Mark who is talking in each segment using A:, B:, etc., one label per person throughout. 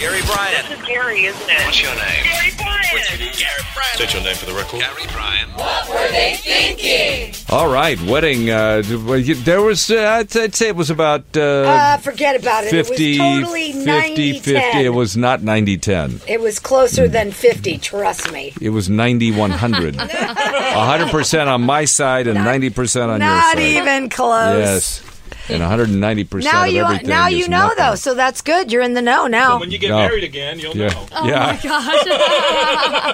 A: Gary Bryan.
B: This is Gary, isn't it?
A: What's your name?
B: Gary Bryan.
A: Gary Bryan. State your name for the record. Gary Bryan.
C: All right, wedding. Uh, there was, uh, I'd, I'd say it was about uh,
D: Uh, forget about it.
C: 50,
D: it was totally
C: 50,
D: 90
C: 50. It was not 90 10.
D: It was closer than 50, trust me.
C: It was 90 100. 100% on my side and 90% on
D: Not
C: your side.
D: even close.
C: Yes. And 190%
D: Now
C: of
D: you
C: everything.
D: now
C: is
D: you know
C: nothing.
D: though, so that's good. You're in the know now.
E: When you get
C: No.
E: married again, you'll
C: Yeah.
E: know.
D: Oh,
C: yeah.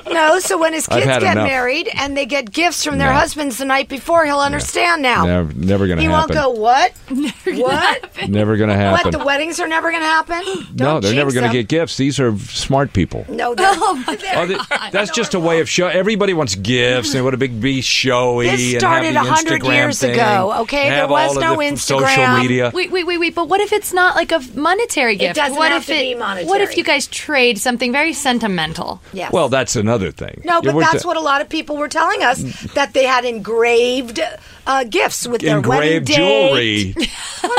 F: Oh
D: no, so when his
C: I've
D: kids
C: had
D: get
C: enough.
D: married and they get gifts from their
C: No.
D: husbands the night before, he'll understand now.
C: Never, never going to
D: He won't
C: happen.
D: go, what? what?
C: Never going to
D: What?
C: happen.
D: The weddings are never going to happen? Don't
C: no, they're never
D: jinx
C: going to
D: them.
C: get gifts. These are smart people.
D: No, they're-
C: Oh, th- that's just a way of show. Everybody wants gifts. They want to big, be showy.
D: This
C: and have
D: started
C: the
D: 100
C: Instagram
D: years
C: thing,
D: ago, okay? There
C: have
D: was
C: all of
D: no
C: the f- Social
D: Instagram.
C: media.
F: Wait, wait, wait, wait. But what if it's not like a monetary gift?
D: doesn't
F: what
D: have
F: if
D: to be monetary.
F: What if you guys trade something very sentimental?
D: yes.
C: Well, that's another thing.
D: No,
C: Yeah,
D: but
C: we're
D: that's
C: t-
D: what a lot of people were telling us that they had engraved uh, gifts with their wedding
C: engraved
D: date.
C: jewelry.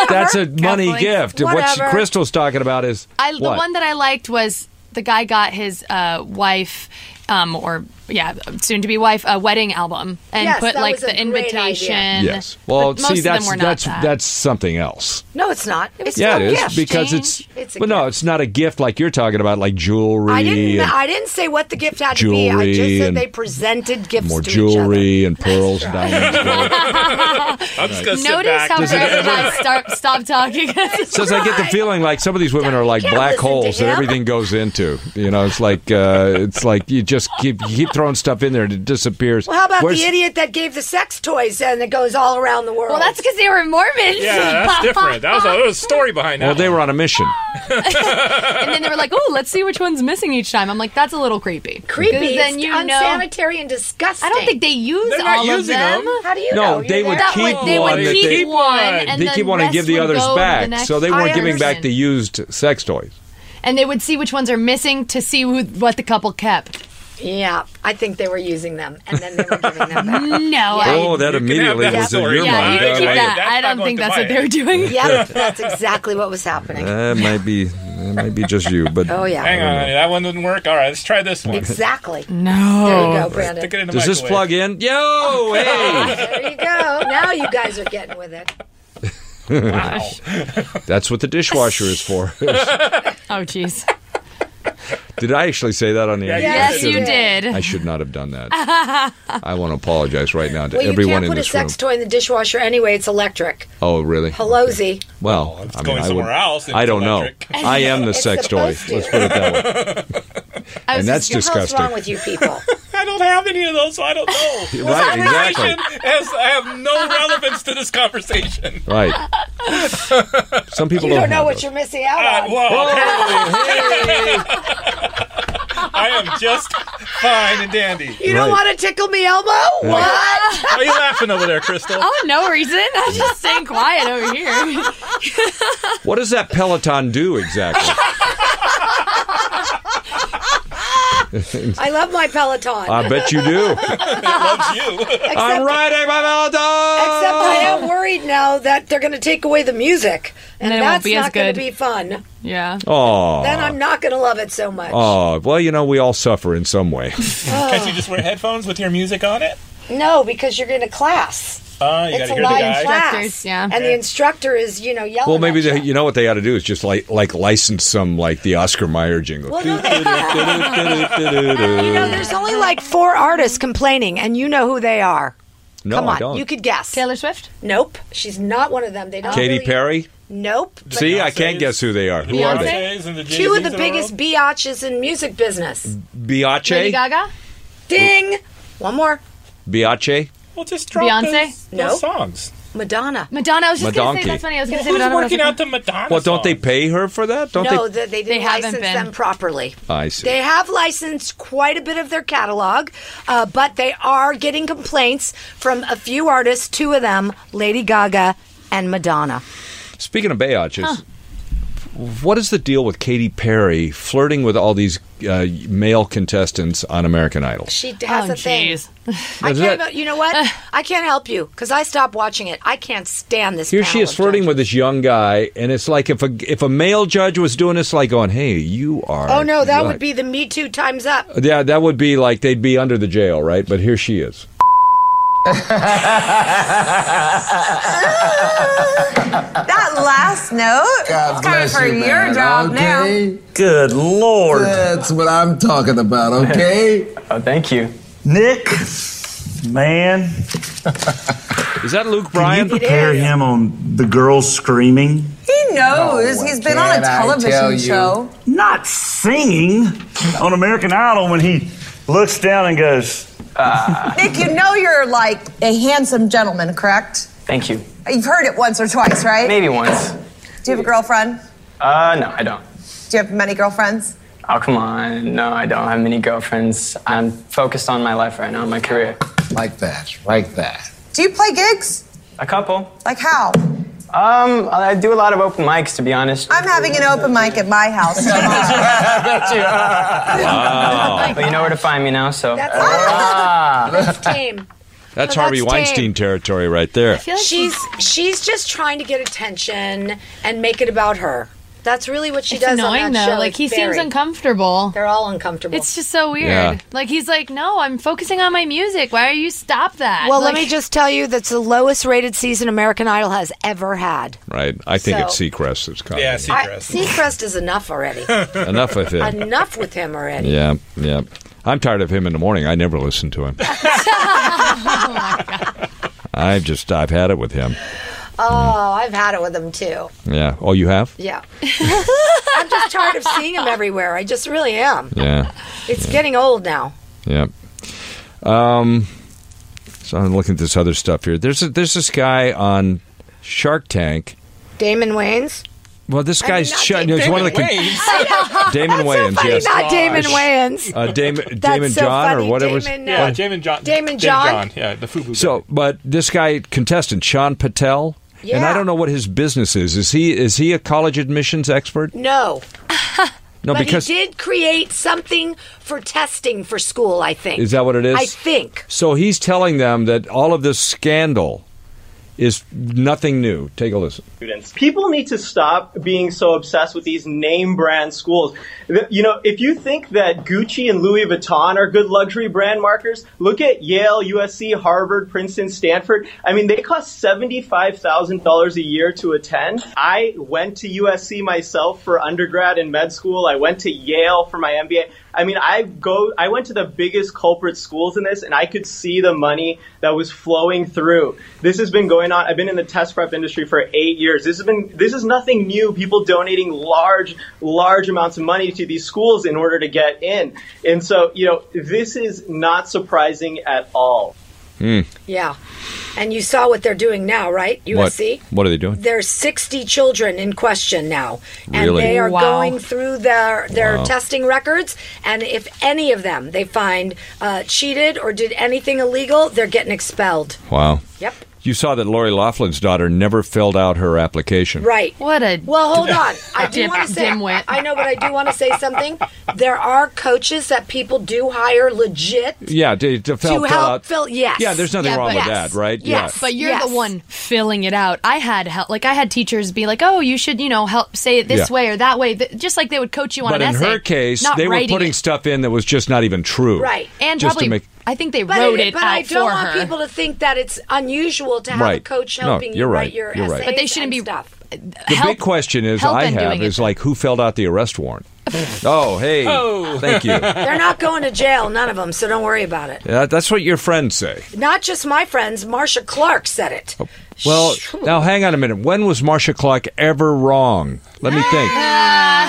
C: that's a money
F: Kathleen.
C: gift. What she-
D: Whatever.
C: Crystal's talking about is
F: I, the
C: what?
F: one that I liked was the guy got his uh, wife, um, or yeah, soon to be wife, a wedding album and
D: Yes,
F: put
D: that
F: like
D: was a
F: the
D: great
F: invitation.
C: yes. Well,
F: but most
C: see,
F: of them
C: that's
F: were not
C: that's
F: that.
C: that's something else.
D: No, it's not. It's
C: yeah,
D: still
C: it
D: a
C: is
D: gift.
C: because
F: Exchange.
C: it's.
D: It's a
C: well, no,
D: gift.
C: it's not a gift like you're talking about, like jewelry.
D: I didn't.
C: and-
D: I didn't say what the gift had to be. I
C: Jewelry
D: just said
C: and
D: they presented gifts
C: more
D: to each
C: jewelry and pearls, diamonds. gold.
E: I'm just gonna sit
F: Notice
E: back.
F: how
C: Does it
F: every
C: ever-
F: guy start, stop talking.
C: Says I get the feeling like some of these women are like
D: Can't
C: black
D: listen to
C: holes that
D: him.
C: everything goes into. You know, it's like uh, it's like you just keep you keep throwing stuff in there and it disappears.
D: other. Well, how about
C: Where's-
D: the idiot that gave the sex toys and it goes all around the world?
F: well, that's because they were Mormons.
E: Yeah, that's different. That was a, there was a story behind that.
C: Well, they were on a mission.
F: and then they were like, "Oh, let's see which one's missing each time." I'm like, "That's a little creepy."
D: creepy.
F: Because Then
D: it's
F: you know.
D: unsanitary and disgusting.
F: I don't think they use
E: They're not
F: all
E: using
F: of them.
E: them.
D: How do you
C: No,
D: know?
C: they
D: You're
C: would
D: there.
F: That
C: keep
F: would, they
C: one
F: would
C: that
F: keep
C: they-
F: one,
E: They
F: and
C: they
F: then
C: keep wanting to
F: rest
C: give the
F: would
C: others
F: go to
C: back,
F: the next
C: so they weren't
D: I
C: giving back
F: person.
C: the used sex toys.
F: And they would see which ones are missing to see who, what the couple kept.
D: Yeah, I think they were using them and then they were giving them back.
F: No, I,
C: Oh, that
E: You can
C: immediately
E: have that
C: was in
E: story.
C: your
F: yeah,
C: mind.
F: you
E: Yeah,
F: keep
E: I-
F: that.
E: that's
F: I
E: not
F: don't
E: going
F: think
E: to
F: that's
E: my
F: what they were doing.
D: Yep, that's exactly what was happening.
C: That might be that might be just you, but
D: Oh yeah,
E: Hang on, honey, that one didn't work. All right, let's try this one.
D: exactly. There
F: No.
D: you go,
E: Stick
D: Brandon.
E: it in the
C: does this
E: microwave.
C: plug in? Yo, hey,
D: There you go. Now you guys are getting with it.
C: that's what the dishwasher is for.
F: Oh, jeez.
C: Did I actually say that on the air?
E: Yeah,
C: I
F: Yes,
E: you
F: you
C: shouldn't.
F: did.
C: I should not have done that. I want to apologize right now to
D: Well, you
C: everyone
D: can't
C: in
D: put a
C: this room.
D: sex toy in the dishwasher anyway. It's electric.
C: oh, really?
D: Hello,
C: Okay.
D: Z.
C: Well,
E: it's
C: I mean,
E: going
C: I would-
E: somewhere else if
C: I
E: it's
C: don't
E: electric.
C: know. I am the sex toy.
D: supposed to.
C: Let's put it that way.
F: I was
C: And that's
F: just-
D: What's wrong
C: disgusting.
D: with you people?
E: I don't have any of those, so I don't know.
C: Right,
E: This
C: exactly.
E: conversation Has, I have no relevance to this conversation.
C: Right. Some people
D: You don't
C: have
D: know what
C: those.
D: you're missing out
E: Uh,
D: on.
E: well, I am just fine and dandy.
D: You don't
C: Right.
D: want to tickle me elbow? What?
E: Why are you laughing over there, Crystal?
F: Oh, no reason. I'm just staying quiet over here.
C: What does that Peloton do exactly?
D: I love my Peloton.
C: I bet you do.
E: Loves you.
C: I'm riding my Peloton.
D: Except I am worried now that they're going to take away the music, and,
F: And it won't
D: that's
F: be as
D: not going
F: good.
D: to be fun.
F: Yeah.
C: Oh,
D: Then I'm not going to love it so much.
C: oh, well, you know, we all suffer in some way.
E: Can't you just wear headphones with your music on it?
D: No, because you're going to class.
E: Uh, you
D: it's
E: gotta
D: a
E: hear the
D: live
E: guy.
D: class,
F: Instructors, yeah.
D: and the instructor is, you know, yelling.
C: Well, maybe
D: at you.
C: they, you know what they ought to do is just like like license some like the Oscar Mayer jingle.
D: Well, no, they- you know, there's only like four artists complaining, and you know who they are.
C: No,
D: Come on,
C: I don't.
D: you could guess.
F: Taylor Swift?
D: Nope, she's not one of them. They don't.
C: Katy
D: really-
C: Perry.
D: Nope. but
C: See, I can't
E: Beyonce's.
C: guess who they are. Who are they?
E: Beyonce's and the
D: Two
E: Jay-Z's
D: of the biggest biatches in music business.
F: Lady
C: Biache.
F: Gaga?
D: Ding. One more.
C: Biache.
E: world. Well, just drop
F: Beyonce?
E: Those, those
D: No.
E: songs.
D: Madonna.
F: Madonna. I was just going to
C: Madonkey.
F: say, that's funny. I was going to say
E: Who's
F: Madonna.
E: working
F: but I
E: out
F: was
E: the Madonna?
C: Well, don't they
E: songs?
C: pay her for that? Don't
D: No,
C: they?
D: that they
F: They
D: didn't
F: haven't
D: license
F: been.
D: them properly.
C: I see.
D: They have licensed quite a bit of their catalog, uh, but they are getting complaints from a few artists, two of them, Lady Gaga and Madonna.
C: Speaking of biatches, what is the deal with Katy Perry flirting with all these uh, male contestants on American Idol?
D: She has
F: oh,
D: a thing.
F: jeez.
D: I
C: Is
D: can't.
C: that-
D: even- you know what? I can't help you because I stopped watching it. I can't stand this.
C: Here she
D: panel
C: is
D: of
C: flirting
D: judges.
C: with this young guy, and it's like if a if a male judge was doing this, like going, "Hey, you are."
D: Oh no, that
C: right."
D: would be the Me Too times up.
C: Yeah, that would be like they'd be under the jail, right? But here she is.
G: That last note? it's
H: God
G: coming
H: bless
G: for
H: you,
G: your
H: man,
G: job now.
H: okay?
I: Good lord.
H: That's what I'm talking about, okay?
J: Oh, thank you.
I: Nick, man,
C: Is that Luke
I: can
C: Bryan?
I: you prepare
D: is.
I: him on the girls screaming?
G: He knows. He's been on a
H: can I tell
G: television
H: you?
G: show.
I: Not singing on American Idol when he looks down and goes,
G: Nick, you know you're like a handsome gentleman, correct?
J: Thank you.
G: You've heard it once or twice, right?
J: Maybe once.
G: Do you have a girlfriend?
J: Uh, no, I don't.
G: Do you have many girlfriends?
J: Oh, come on. No, I don't have many girlfriends. I'm focused on my life right now, my career.
H: Like that, like that.
G: Do you play gigs?
J: A couple.
G: Like how?
J: Um, I do a lot of open mics, to be honest.
G: I'm having an open mic at my house tomorrow.
J: But you know where to find me now, so. uh,
D: That's
C: Ah.
D: that's tame.
C: That's
D: Oh,
C: Harvey
D: that's
C: Weinstein
D: tame.
C: territory right there.
F: feel like
D: She's she's just trying to get attention and make it about her. That's really what she
F: it's
D: does.
F: annoying
D: on that
F: though.
D: show,
F: like
D: is
F: he seems
D: very-
F: uncomfortable.
D: They're all uncomfortable.
F: It's just so weird.
C: Yeah.
F: Like he's like, no, I'm focusing on my music. Why are you stop that?
D: well,
F: Like,
D: let me just tell you that's the lowest rated season American Idol has ever had.
C: Right. I think
D: So-
C: it's Seacrest that's coming.
E: Yeah,
D: I-
E: Seacrest.
D: Seacrest is enough already.
C: Enough of it.
D: enough with him already.
C: Yeah, yeah. I'm tired of him in the morning. I never listen to him.
D: Oh,
C: I've just I've had it with him.
D: Oh, I've had it with him too.
C: Yeah. Oh, you have?
D: Yeah. I'm just tired of seeing him everywhere. I just really am.
C: Yeah.
D: It's getting old now.
C: Yeah. Um, so I'm looking at this other stuff here. There's a, there's this guy on Shark Tank.
D: Damon Wayans.
C: Well, this guy's
D: not
C: sh-
D: Damon
C: he's one of the con- Damon Wayans.
D: Funny,
C: yes.
D: not Damon Wayans.
C: Uh, Damon,
D: That's
C: Damon
D: so
C: John
D: funny.
C: or whatever.
D: Damon, uh,
E: Yeah, Damon John.
D: Damon John?
E: John. Yeah, the FUBU. guy.
C: Oh. So, but this guy contestant Sean Patel, and I
D: Yeah.
C: don't know what his business is. Is he is he a college admissions expert?
D: no,
C: No,
D: but
C: because
D: he did create something for testing for school. I think
C: is that what it is?
D: I think.
C: So he's telling them that all of this scandal is nothing new. Take a listen.
K: students. People need to stop being so obsessed with these name brand schools. Th- You know, if you think that Gucci and Louis Vuitton are good luxury brand markers, look at Yale, USC, Harvard, Princeton, Stanford. I mean, they cost $75,000 a year to attend. I went to USC myself for undergrad and med school. I went to Yale for my MBA. I mean, I go I went to the biggest culprit schools in this and I could see the money that was flowing through. This has been going on. I've been in the test prep industry for 8 years. This has been this is nothing new. People donating large large amounts of money to these schools in order to get in. And so, you know, this is not surprising at all.
D: Yeah, and you saw what they're doing now, right? USC.
C: What? What are they doing?
D: There's 60 children in question now, and
C: Really?
D: they are
F: Wow.
D: going through their their testing records. And if any of them they find uh, cheated or did anything illegal, they're getting expelled.
C: Wow.
D: Yep.
C: You saw that Lori Laughlin's daughter never filled out her application.
D: Right.
F: What a
D: Well, hold on. I do
F: Dim-
D: want to say.
F: dimwit.
D: I know, but I do want to say something. There are coaches that people do hire legit
C: Yeah, to, to, fill,
D: to
C: fill
D: help
C: out.
D: fill. Yes.
C: Yeah, there's nothing
F: Yeah,
C: wrong
F: but-
C: with
F: Yes.
C: that, right?
D: Yes.
C: Yeah.
F: But you're
D: Yes.
F: the one filling it out. I had help. Like I had teachers be like, "Oh, you should, you know, help say it this
C: Yeah.
F: way or that way," Th- just like they would coach you on
C: But
F: an
C: in
F: essay.
C: her case,
F: not
C: they were
F: writing
C: putting
F: it.
C: stuff in that was just not even true.
D: Right.
F: and
C: just to
F: probably
C: make-
F: I think they
D: But,
F: wrote
D: it-
F: it,
D: but
F: out
D: I don't
F: for
D: want
F: her.
D: people to think that it's unusual to have a
C: Right.
D: coach
C: No,
D: helping you
C: you're right.
D: write your
C: You're right.
D: essays
F: But they shouldn't
D: and
F: be-
D: stuff.
C: The
F: Help-
C: big question is
F: help
C: I
F: in
C: have
F: doing it.
C: is like who filled out the arrest warrant? oh, hey, thank you.
D: They're not going to jail, none of them. So don't worry about it.
C: Yeah, that's what your friends say.
D: Not just my friends. Marsha Clark said it.
C: Oh, Well,
D: Shoo.
C: now hang on a minute. When was Marsha Clark ever wrong? Let me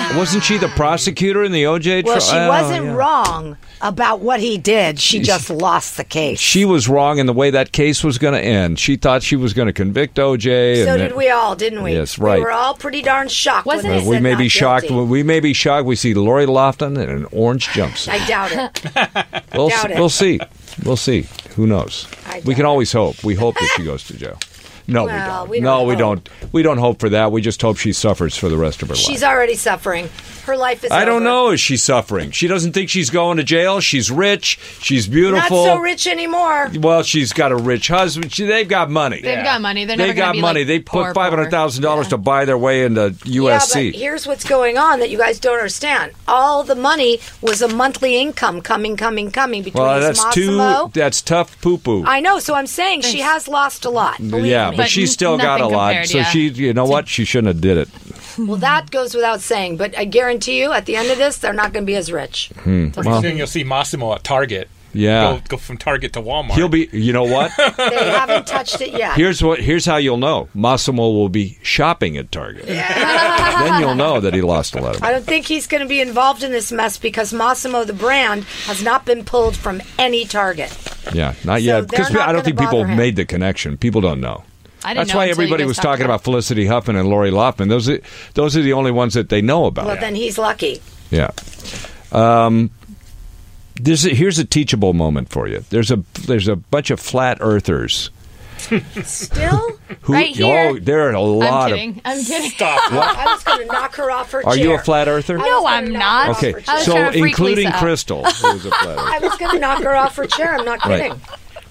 C: think. Wasn't she the prosecutor in the OJ trial?
D: Ah. Well, she
C: Oh,
D: wasn't
C: yeah.
D: wrong about what he did. She just lost the case.
C: She was wrong in the way that case was going to end. She thought she was going to convict OJ.
D: so
C: and
D: did we all, didn't we?
C: Yes,
D: We
C: right.
D: were all pretty darn shocked. when
F: Wasn't
D: they
F: it-
C: Uh,
D: said
C: we may
D: not
C: be shocked.
D: guilty.
C: We may be shocked. We see Lori Lofton in an orange jumpsuit.
D: I doubt it.
C: We'll,
D: doubt it.
C: we'll see. We'll see. Who knows?
D: I
C: We
D: doubt
C: can always hope. We hope that she goes to jail. No, we
D: Well,
C: don't.
D: we
C: no,
D: don't
C: we don't. We don't hope for that. We just hope she suffers for the rest of her life.
D: She's already suffering. Her life is.
C: I don't
D: over.
C: know. Is she suffering? She doesn't think she's going to jail. She's rich. She's beautiful.
D: Not so rich anymore.
C: Well, she's got a rich husband. She, they've got money.
F: They've got money. They're never
C: They've
F: gonna
C: got
F: be,
C: money.
F: like,
C: they
F: poor,
C: put five hundred thousand dollars to buy their way into
D: Yeah,
C: USC.
D: but here's what's going on that you guys don't understand. All the money was a monthly income coming, coming, coming between
C: well,
D: his
C: that's
D: Massimo.
C: too. That's tough. Poo poo.
D: I know, so I'm saying she has lost a lot. Believe
C: Yeah,
D: me.
C: but she's still got a lot. so she, you know what? She shouldn't have did it.
D: Well, that goes without saying, but I guarantee you, at the end of this, they're not going to be as rich.
C: Hmm.
E: Pretty
C: Well,
E: soon you'll see Massimo at Target.
C: Yeah.
E: Go, go from Target to Walmart.
C: he'll be. You know what?
D: They haven't touched it yet.
C: Here's what. Here's how you'll know. Massimo will be shopping at Target. then you'll know that he lost a lot of money.
D: I don't think he's going to be involved in this mess because Massimo, the brand, has not been pulled from any target.
C: Yeah, not
D: they're
C: yet. Because
D: not
C: I don't
D: gonna
C: think people
D: bother him.
C: made the connection. People don't know.
F: I didn't
C: That's
F: know
C: why
F: until you
C: everybody
F: guys
C: was
F: talked
C: talking
F: about
C: about Felicity Huffman and Lori Loughlin. Those are those are the only ones that they know about.
D: Well, then he's lucky.
C: Yeah. Um, there's a, here's a teachable moment for you. There's a there's a bunch of flat earthers
D: Still?
C: who
D: Right here?
C: oh there are a lot
F: I'm
C: of
F: kidding. I'm kidding.
D: I was going to knock her off her
C: Are
D: chair.
C: you a flat earther?
D: I
F: No,
D: was gonna knock
F: I'm
D: her
F: not.
D: off her
C: Okay,
D: chair.
C: so
F: trying to freak
C: including
F: Lisa out.
C: Crystal, who's a flat earther.
D: I was going to knock her off her chair. I'm not
C: Right.
D: kidding.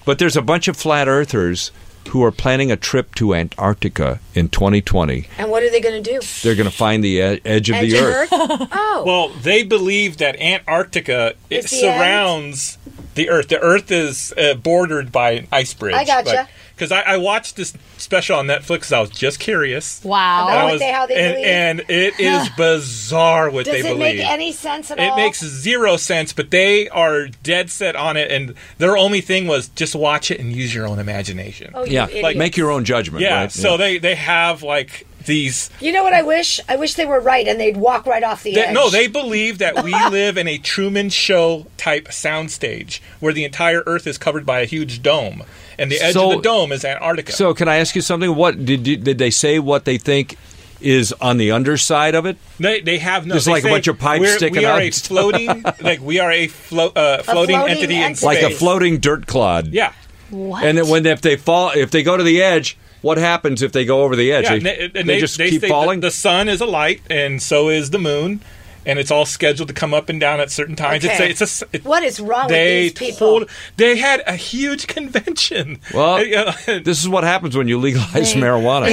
C: But there's a bunch of flat earthers who are planning a trip to Antarctica in 2020.
D: And what are they going to do?
C: They're going to find the e- edge of
D: Edge
C: the
D: of
C: earth.
D: Oh.
E: Well, they believe that Antarctica it
D: It's the
E: surrounds the Earth. The Earth is uh, bordered by an ice bridge.
D: I gotcha.
E: Because I, I watched this special on Netflix. 'cause I was just curious.
F: Wow.
E: And I
D: About what
E: was-
D: they- how they
E: and,
D: believe.
E: and it is bizarre what
D: Does
E: they
D: it
E: believe.
D: make any sense at
E: It
D: all?
E: makes zero sense, but they are dead set on it, and their only thing was just watch it and use your own imagination.
D: Oh, you
C: Yeah,
D: idiot.
C: like make your own judgment.
E: yeah,
C: right?
E: so they they have like these.
D: You know what I wish? I wish they were right and they'd walk right off the
E: They,
D: edge.
E: no, they believe that we live in a Truman Show type soundstage where the entire Earth is covered by a huge dome, and the edge
C: So-
E: of the dome is Antarctica.
C: So can I ask you something? What did you, did they say? What they think is on the underside of it?
E: They, they have no.
C: There's
E: they
C: like a
E: say,
C: bunch of pipes
E: "We're-
C: sticking
E: we are
C: out
E: a
C: and stuff."
E: floating, like we are a, flo- uh, floating,
D: floating
E: entity in
D: entity.
E: space.
C: Like a floating dirt clod.
E: Yeah,
F: What?
C: And then when if they fall, if they go to the edge, what happens if they go over the edge?
E: yeah.
C: they,
E: and they, and
C: they
E: they-
C: just
E: they
C: keep
E: say
C: falling.
E: The, the sun is a light, and so is the moon, and it's all scheduled to come up and down at certain times.
D: Okay.
E: It's a, it's a it-
D: What is wrong with
E: they
D: these people?
E: told they had a huge convention.
C: well,
E: Uh,
C: this is what happens when you legalize marijuana.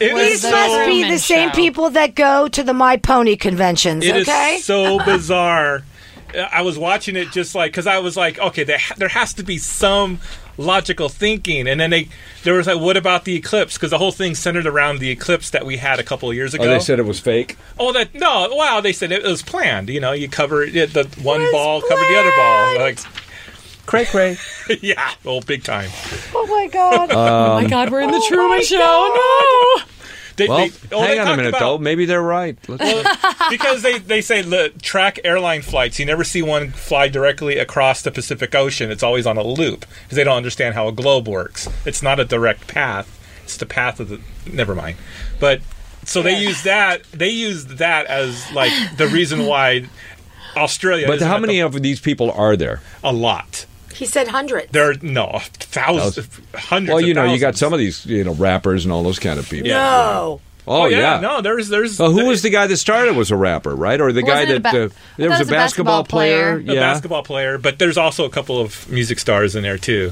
E: It
D: These
E: is so-
D: must be the same people that go to the My Pony conventions,
E: It is
D: okay?
E: so bizarre. I was watching it just like because I was like, okay, there, there has to be some logical thinking, and then they there was like, what about the eclipse? Because the whole thing centered around the eclipse that we had a couple of years ago.
C: Oh, they said it was fake.
E: Oh, that no, wow, they said it, was planned. You know, you cover it, the one
D: was
E: ball, cover the other ball, like
C: Cray cray.
E: yeah, oh, big time.
D: Oh my god.
C: Uh,
F: oh my God, we're in the
C: Um,
F: Truman Show. No.
E: They,
C: Well,
E: they- oh,
C: hang
E: they
C: on a
E: talked
C: minute
E: about-
C: though. Maybe they're right. Let's-
E: because they, they say li- track airline flights. You never see one fly directly across the Pacific Ocean. It's always on a loop because they don't understand how a globe works. It's not a direct path. It's the path of the. Never mind. But so they use that. They use that as like the reason why Australia.
C: but
E: isn't
C: how
E: at
C: many
E: the-
C: of these people are there?
E: a lot.
D: he said hundreds.
E: There are no thousands, hundreds.
C: Well,
E: of
C: you know, you got
E: thousands.
C: some of these, you know, rappers and all those kind of people.
D: no.
C: Oh, yeah.
E: No, there's there's.
C: Well, who was the guy that started was a rapper, right? Or the guy
F: Wasn't it
C: that
F: a ba-
C: uh, there was a
F: I thought it was a
C: basketball
F: basketball
C: player?
F: player.
E: a
C: yeah.
E: basketball player, but there's also a couple of music stars in there too.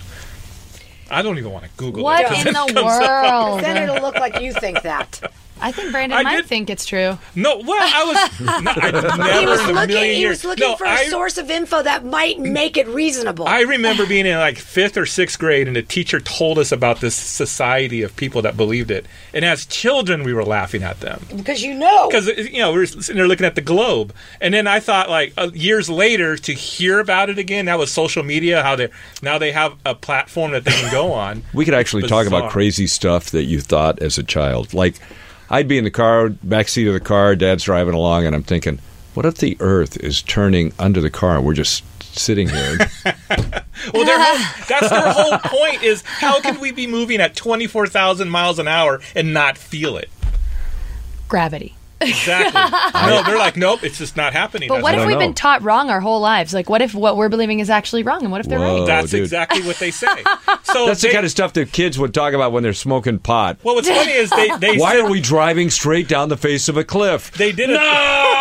E: I don't even want to Google it.
F: What in the
D: Then
F: world?
D: it'll look like you think that.
F: I think Brandon
E: I
F: might
E: did-
F: think it's true.
E: No, well, I was no, I never
D: He was
E: in a
D: looking,
E: million
D: he
E: years.
D: was looking
E: no,
D: for a
E: I,
D: source of info that might make it reasonable.
E: I remember being in like fifth or sixth grade, and the teacher told us about this society of people that believed it. And as children, we were laughing at them
D: because you know.
E: because you know we were sitting there looking at the globe. And then I thought, like uh, years later, to hear about it again, that was social media. How they now they have a platform that they can go on.
C: We could actually talk
E: Bizarre.
C: about crazy stuff that you thought as a child. Like, I'd be in the car, backseat of the car, dad's driving along, and I'm thinking, what if the earth is turning under the car? We're just sitting here.
E: Well, their whole, that's their whole point is how can we be moving at twenty four thousand miles an hour and not feel it?
F: Gravity.
E: Exactly. no, they're like, nope, it's just not happening.
F: But what
E: That's-
F: if we've been taught wrong our whole lives? Like, what if what we're believing is actually wrong, and what if they're
C: Whoa,
F: right?
E: That's
C: Oh, dude.
E: exactly what they say. So
C: That's
E: they,
C: the kind of stuff that kids would talk about when they're smoking pot.
E: Well, what's funny is they they
C: Why
E: said-
C: are we driving straight down the face of a cliff?
E: They did a,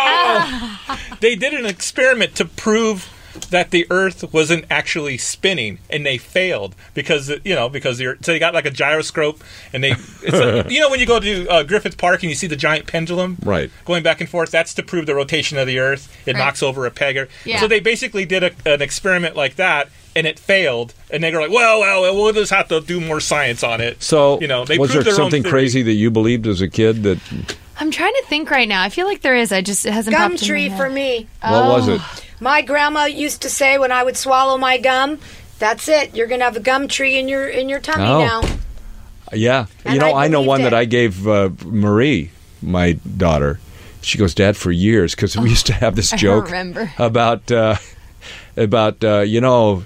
E: they did an experiment to prove that the Earth wasn't actually spinning, and they failed because you know because the Earth- so they got like a gyroscope, and they it's like, you know when you go to uh, Griffith Park and you see the giant pendulum
C: Right.
E: going back and forth. That's to prove the rotation of the Earth. It
F: Right.
E: knocks over a peg. or-
F: Yeah.
E: So they basically did a, an experiment like that. And it failed, and they were like, "Well, well, well, we'll just have to do more science on it."
C: So,
E: you know, they
C: was there
E: proved their own
C: something
E: theory.
C: crazy that you believed as a kid that
F: I'm trying to think right now. I feel like there is. I just it hasn't.
D: Gum
F: popped in my
D: tree
F: head.
D: for me.
C: what was it?
D: My grandma used to say when I would swallow my gum, "That's it. You're gonna have a gum tree in your in your tummy
C: Oh.
D: now."
C: Yeah,
D: And
C: you know,
D: I
C: I, know
D: believed
C: one that
D: it.
C: I gave uh, Marie, my daughter. She goes, Dad, for years, because we used to have this
F: I
C: joke
F: remember.
C: about uh, about uh, you know,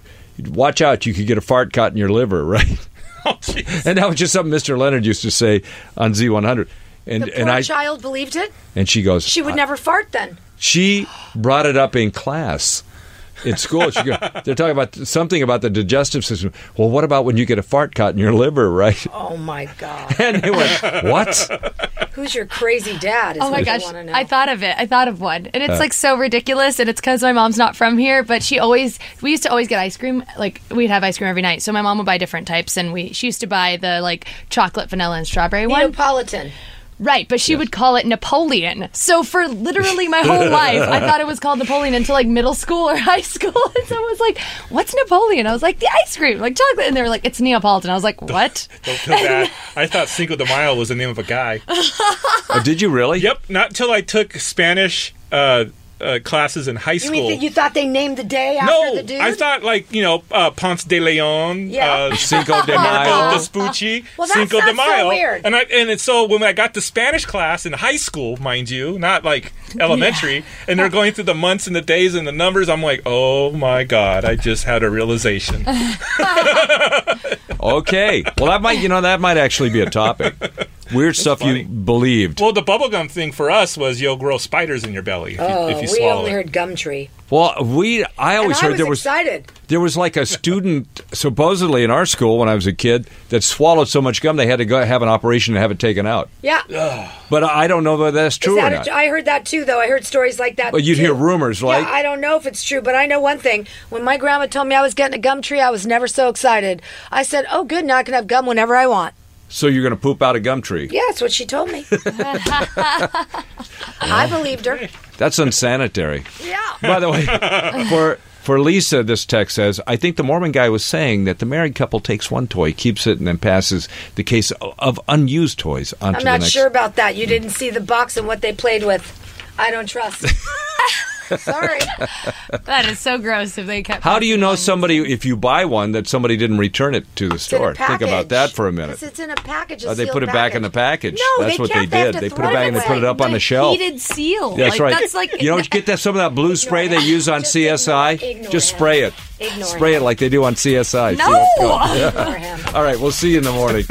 C: watch out, you could get a fart caught in your liver, right? and that was just something Mr. Leonard used to say on Z100, and
D: The poor
C: and I
D: child believed it.
C: and she goes,
D: She would never fart then.
C: she brought it up in class in school. She go, they're talking about something about the digestive system. Well, what about when you get a fart caught in your liver, right?
D: Oh my god.
C: And they went, what?
D: Who's your crazy dad? Is
F: Oh my
D: what
F: gosh!
D: I want to know.
F: I thought of it. I thought of one, and it's like so ridiculous. And it's because my mom's not from here, but she always we used to always get ice cream. Like we'd have ice cream every night. So my mom would buy different types, and we she used to buy the like chocolate, vanilla, and strawberry one.
D: Neapolitan.
F: Right, but she would call it Napoleon. So for literally my whole life, I thought it was called Napoleon until like middle school or high school. And someone was like, "What's Napoleon?" I was like, "The ice cream, like chocolate." And they were like, "It's Neapolitan." I was like, "What?"
E: Don't feel bad. I thought Cinco de Mayo was the name of a guy.
C: Oh, did you really?
E: Yep, not till I took Spanish uh, uh, classes in high
D: You
E: school.
D: mean that you thought they named the day after
E: no,
D: the dude?
E: I thought like you know uh, Ponce de Leon,
D: Yeah. Uh,
E: uh,
C: Cinco de
E: Marco
C: Mayo.
E: Vespucci,
D: Well, that's
E: Cinco de
D: not so
E: Mayo,
D: weird.
E: and I, and it's so when I got to Spanish class in high school, mind you, not like elementary, and they're going through the months and the days and the numbers. I'm like, oh my god, I just had a realization.
C: Okay. Well, that might you know that might actually be a topic. Weird stuff
E: funny.
C: you believed.
E: well, the bubblegum thing for us was you'll grow spiders in your belly if you,
D: Oh,
E: if you
D: we
E: swallow
D: only
E: it.
D: heard gum tree.
C: Well, we I
D: And
C: always
D: I
C: heard
D: was
C: there was
D: excited.
C: there was like a student supposedly in our school when I was a kid that swallowed so much gum they had to go have an operation to have it taken out.
D: Yeah.
C: But I don't know whether that's
D: Is
C: true or
D: that a-
C: not.
D: I heard that too, though. I heard stories like that.
C: But you'd
D: too.
C: hear rumors, like-
D: Yeah, I don't know if it's true, but I know one thing. When my grandma told me I was getting a gum tree, I was never so excited. I said, "Oh, good, now I can have gum whenever I want."
C: so you're going to poop out a gum tree.
D: Yeah, that's what she told me. I believed her.
C: That's unsanitary.
D: Yeah.
C: By the way, for for Lisa, this text says, I think the Mormon guy was saying that the married couple takes one toy, keeps it, and then passes the case o- of unused toys onto
D: I'm
C: the
D: not
C: next.
D: sure about that. You didn't see the box and what they played with. I don't trust. Sorry.
F: That is so gross. If they kept.
C: How do you know somebody if you buy one that somebody didn't return it to the
D: It's in a
C: store? Think about
D: package.
C: that for a minute.
D: 'Cause It's in a package. a
C: Uh, they
D: sealed
C: put it back in the package.
D: No,
C: that's
D: they
C: what
D: can't.
C: they
D: have
C: did.
D: to
C: They put
D: throw
C: it back and they put it
D: away.
C: up on the shelf.
F: Heated seal.
C: That's
F: like,
C: right.
F: That's like
C: you know, get that some of that blue spray they use on
D: Just
C: CSI.
D: ignore- ignore
C: Just
D: him.
C: spray it.
D: Ignore
C: spray
D: him.
C: it like they do on CSI. See
F: No!
C: what's going on.
D: Ignore him.
C: All right, we'll see you in the morning.